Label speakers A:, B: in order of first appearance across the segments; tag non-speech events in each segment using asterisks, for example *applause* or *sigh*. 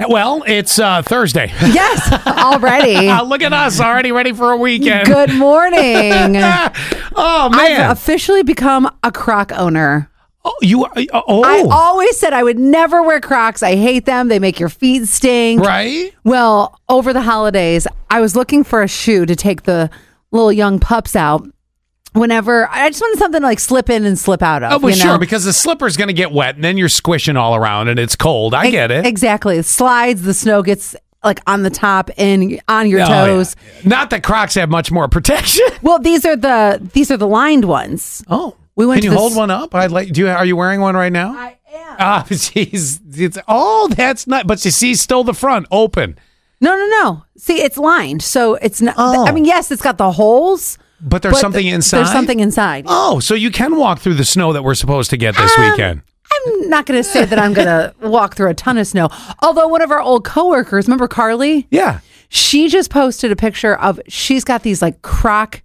A: Well, it's uh,
B: *laughs*
A: Thursday.
B: Yes, already.
A: Uh, look at us already ready for a weekend.
B: Good uh, morning.
A: *laughs* oh man!
B: I've officially become a croc owner.
A: oh, you are. Oh,
B: I always said I would never wear crocs. I hate them. They make your feet stink.
A: right.
B: Well, over the holidays, I was looking for a shoe to take the little young pups out. Whenever I just wanted something to like slip in and slip out of.
A: Oh, well,
B: you know?
A: sure, because the slipper's going to get wet, and then you're squishing all around, and it's cold. I get it.
B: Exactly. It slides, the snow gets like on the top and on your
A: Oh, yeah.
B: toes.
A: Not that Crocs have much more
B: *laughs*
A: protection.
B: Well, these are the these are the lined ones.
A: Oh,
B: We went
A: Can
B: to
A: you
B: this-
A: hold one up? I like. Do you? Are you wearing one right now?
B: I am.
A: Ah, *laughs* jeez. It's oh, that's not. But you see, still the front open.
B: No, no, no. See, it's lined. So it's not
A: Oh.
B: I mean, yes, it's got the holes.
A: But there's
B: but
A: something
B: th-
A: inside.
B: There's something inside.
A: Oh, so you can walk through the snow that we're supposed to get
B: Um,
A: this weekend.
B: I'm not going to say that I'm going to walk through a ton of snow. Although one of our old coworkers, remember Carly?
A: Yeah.
B: She just posted a picture of she's got these like croc.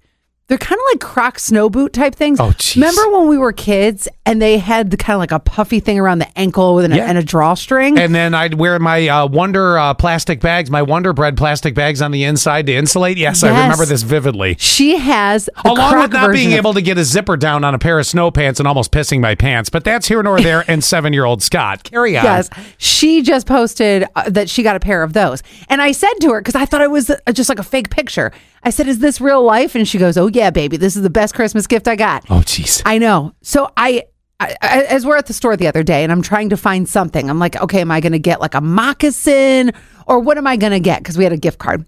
B: They're kind of like croc snow boot type things.
A: Oh, jeez.
B: Remember when we were kids and they had the kind of like a puffy thing around the ankle with an,
A: Yeah.
B: and a drawstring?
A: And then I'd wear my uh, Wonder uh, plastic bags, my Wonder Bread plastic bags on the inside to insulate. Yes, I
B: Yes.
A: remember this vividly.
B: she has the
A: Along
B: croc
A: with not being
B: version of-
A: able to get a zipper down on a pair of snow pants and almost pissing my pants, but that's here nor there. and seven year old Scott, carry on.
B: Yes. She just posted uh, that she got a pair of those. And I said to her, because I thought it was uh, just like a fake picture, I said, Is this real life? And she goes, Oh, yeah, baby. This is the best Christmas gift I got.
A: Oh, jeez.
B: I know. So I. I, I- as we're at the store the other day and I'm trying to find something, I'm like, okay, am I going to get like a moccasin or what am I going to get? Because we had a gift card.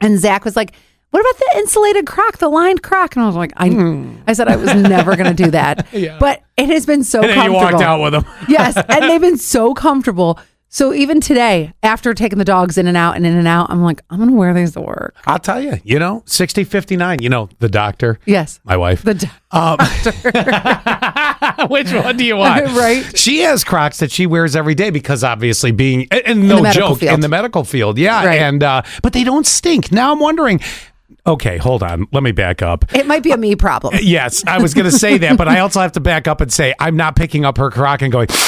B: And Zach was like, what about the insulated crock, the lined crock? And I was like, I,
A: Hmm.
B: I said I was never going to do
A: *laughs*
B: that. But it has been so
A: And then you
B: comfortable.
A: walked out with them.
B: yes. And they've been so comfortable. So even today, after taking the dogs in and out and in and out, I'm like, I'm going to wear these to work.
A: I'll tell you, you know, 60, 59, you know, the doctor.
B: Yes.
A: My wife.
B: The d-
A: Um,
B: *laughs*
A: Which one do you want?
B: Right.
A: She has Crocs that she wears every day because obviously being and, and
B: the
A: no
B: medical
A: joke
B: field.
A: in the medical field. Yeah,
B: Right.
A: and uh, but they don't stink. Now I'm wondering. Okay, hold on. Let me back up.
B: it might be a me problem.
A: Yes, I was going to say that, but I also have to back up and say I'm not picking up her croc and going. *gasps*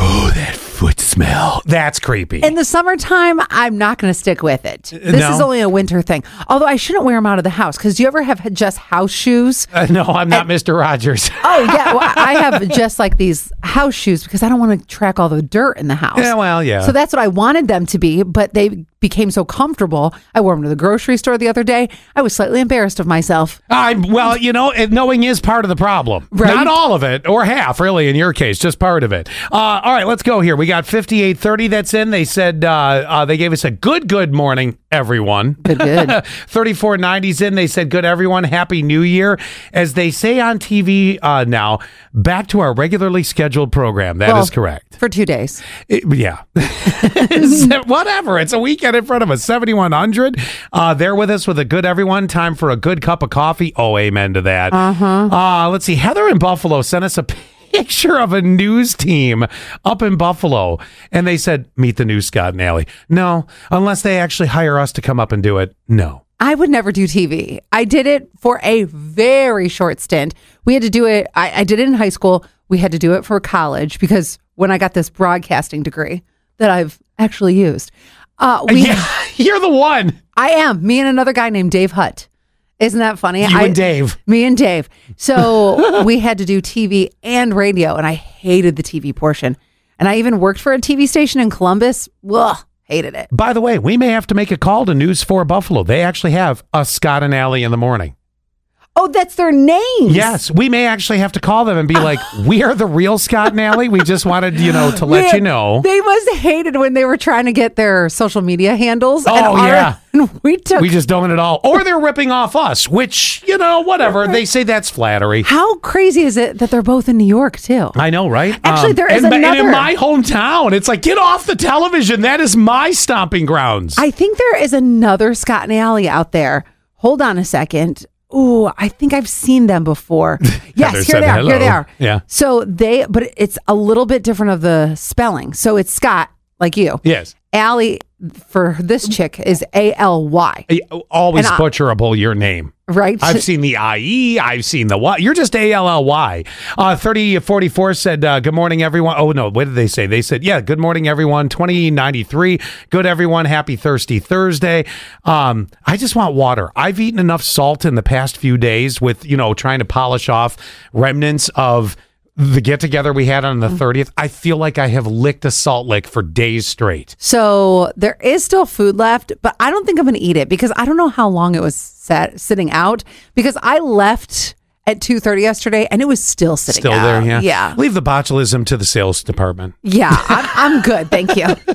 A: Oh, that foot smell. That's creepy.
B: In the summertime, I'm not going to stick with it. This
A: Uh, no.
B: is only a winter thing. Although I shouldn't wear them out of the house because do you ever have just house shoes?
A: Uh, no, I'm not Mr. Rogers. *laughs*
B: Oh yeah, well, I have just like these house shoes because I don't want to track all the dirt in the house.
A: Yeah, well, yeah.
B: So that's what I wanted them to be, but they became so comfortable. I wore them to the grocery store the other day. I was slightly embarrassed
A: *laughs*
B: of myself.
A: I'm well, you know, it, knowing is part of the problem.
B: Right.
A: Not all of it, or half, really, in your case, just part of it. Uh, all right, let's go here. We got fifty-eight thirty. That's in. They said uh, uh, they gave us a good, good morning, everyone.
B: Good, good.
A: *laughs* Thirty-four nineties in. They said good, everyone. Happy New Year, as they say on TV uh, now. Back to our regularly scheduled program. That is
B: Well,
A: correct.
B: For two days.
A: It- yeah. *laughs* It's- Whatever. It's a weekend in front of us. 7,100. Uh, they're with us with a good everyone. Time for a good cup of coffee. Oh, amen to that. Uh-huh. let's see. Heather in Buffalo sent us a *laughs* picture of a news team up in Buffalo. And they said, meet the new Scott and Alley. No, unless they actually hire us to come up and do it. No.
B: I would never do TV. I did it for a very short stint. We had to do it, I, I did it in high school. We had to do it for college because when I got this broadcasting degree that I've actually used, uh, we,
A: Yeah, *laughs* you're the one.
B: I am, me and another guy named Dave Hutt. Isn't that funny?
A: You
B: I,
A: and Dave.
B: Me and Dave.
A: *laughs*
B: So we had to do TV and radio, and I hated the TV portion. And I even worked for a TV station in Columbus. Ugh, hated it.
A: By the way, we may have to make a call to News 4 Buffalo. They actually have a Scott and Alley in the morning.
B: Oh, that's their name.
A: Yes, we may actually have to call them and be like, "We are the real Scott and Alley. We just wanted you know to let you
B: Man,
A: know."
B: They must have hated when they were trying to get their social media handles. and
A: Oh,
B: our-
A: yeah.
B: *laughs* and we took.
A: We just don't at all. Or they're ripping off us, which, you know, whatever. They say that's flattery.
B: how crazy is it that they're both in New York too?
A: I know, right? Um,
B: Actually, there is
A: and, and in
B: another-
A: my hometown, it's like, get off the television. That is my stomping grounds.
B: I think there is another Scott and Alley out there. Hold on a second. Ooh, I think I've seen
A: *laughs*
B: them before.
A: Heather
B: Yes, here
A: said
B: they are.
A: hello.
B: Here they are.
A: Yeah.
B: So they, but it's a little bit different of the spelling. So it's Scott, like you.
A: yes.
B: Alley for this chick is A L Y,
A: Y- uh, Always
B: And I-
A: butcherable your name.
B: right?
A: I've seen the IE. I've seen the what. You're just A L L Y. Uh, 3044 said, uh, Good morning, everyone. Oh, no. What did they say? They said, Yeah, good morning, everyone. 2093. Good, everyone. Happy Thirsty Thursday. Um, I just want water. I've eaten enough salt in the past few days with, you know, trying to polish off remnants of the get together we had on the 30th. I feel like I have licked a salt lick for days straight.
B: so there is still food left, but I don't think I'm going to eat it because I don't know how long it was set, sitting out. Because I left at two thirty yesterday, and it was still sitting.
A: Still
B: out.
A: there, yeah.
B: yeah,
A: Leave the botulism to the sales department. *laughs*
B: yeah. I'm, I'm good, thank you.